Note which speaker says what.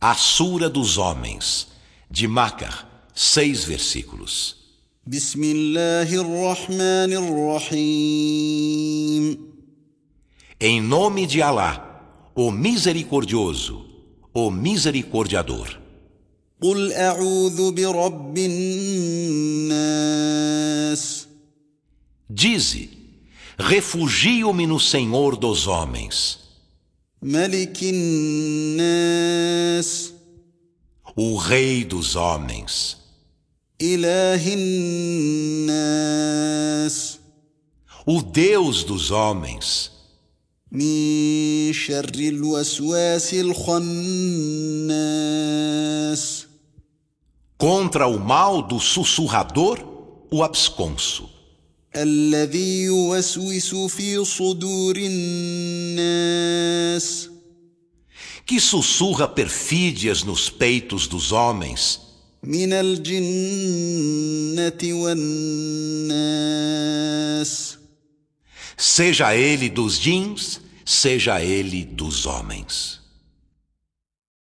Speaker 1: A Sura dos Homens, de Macar, seis versículos.
Speaker 2: بسم الله الرحمن الرحيم
Speaker 1: Em nome de Alá, o Misericordioso, o Misericordiador.
Speaker 2: قل اعوذ برب الناس
Speaker 1: Dize: Refugio-me no Senhor dos homens,
Speaker 2: ملك الناس
Speaker 1: o Rei dos homens,
Speaker 2: اله الناس
Speaker 1: o Deus dos homens,
Speaker 2: من شر الوسواس الخناس
Speaker 1: contra o mal do sussurrador, o absconso,
Speaker 2: الذي يوسوس في صدور الناس
Speaker 1: que sussurra perfídias nos peitos dos homens,
Speaker 2: من الجنة والناس
Speaker 1: seja ele dos jeans, seja ele dos homens.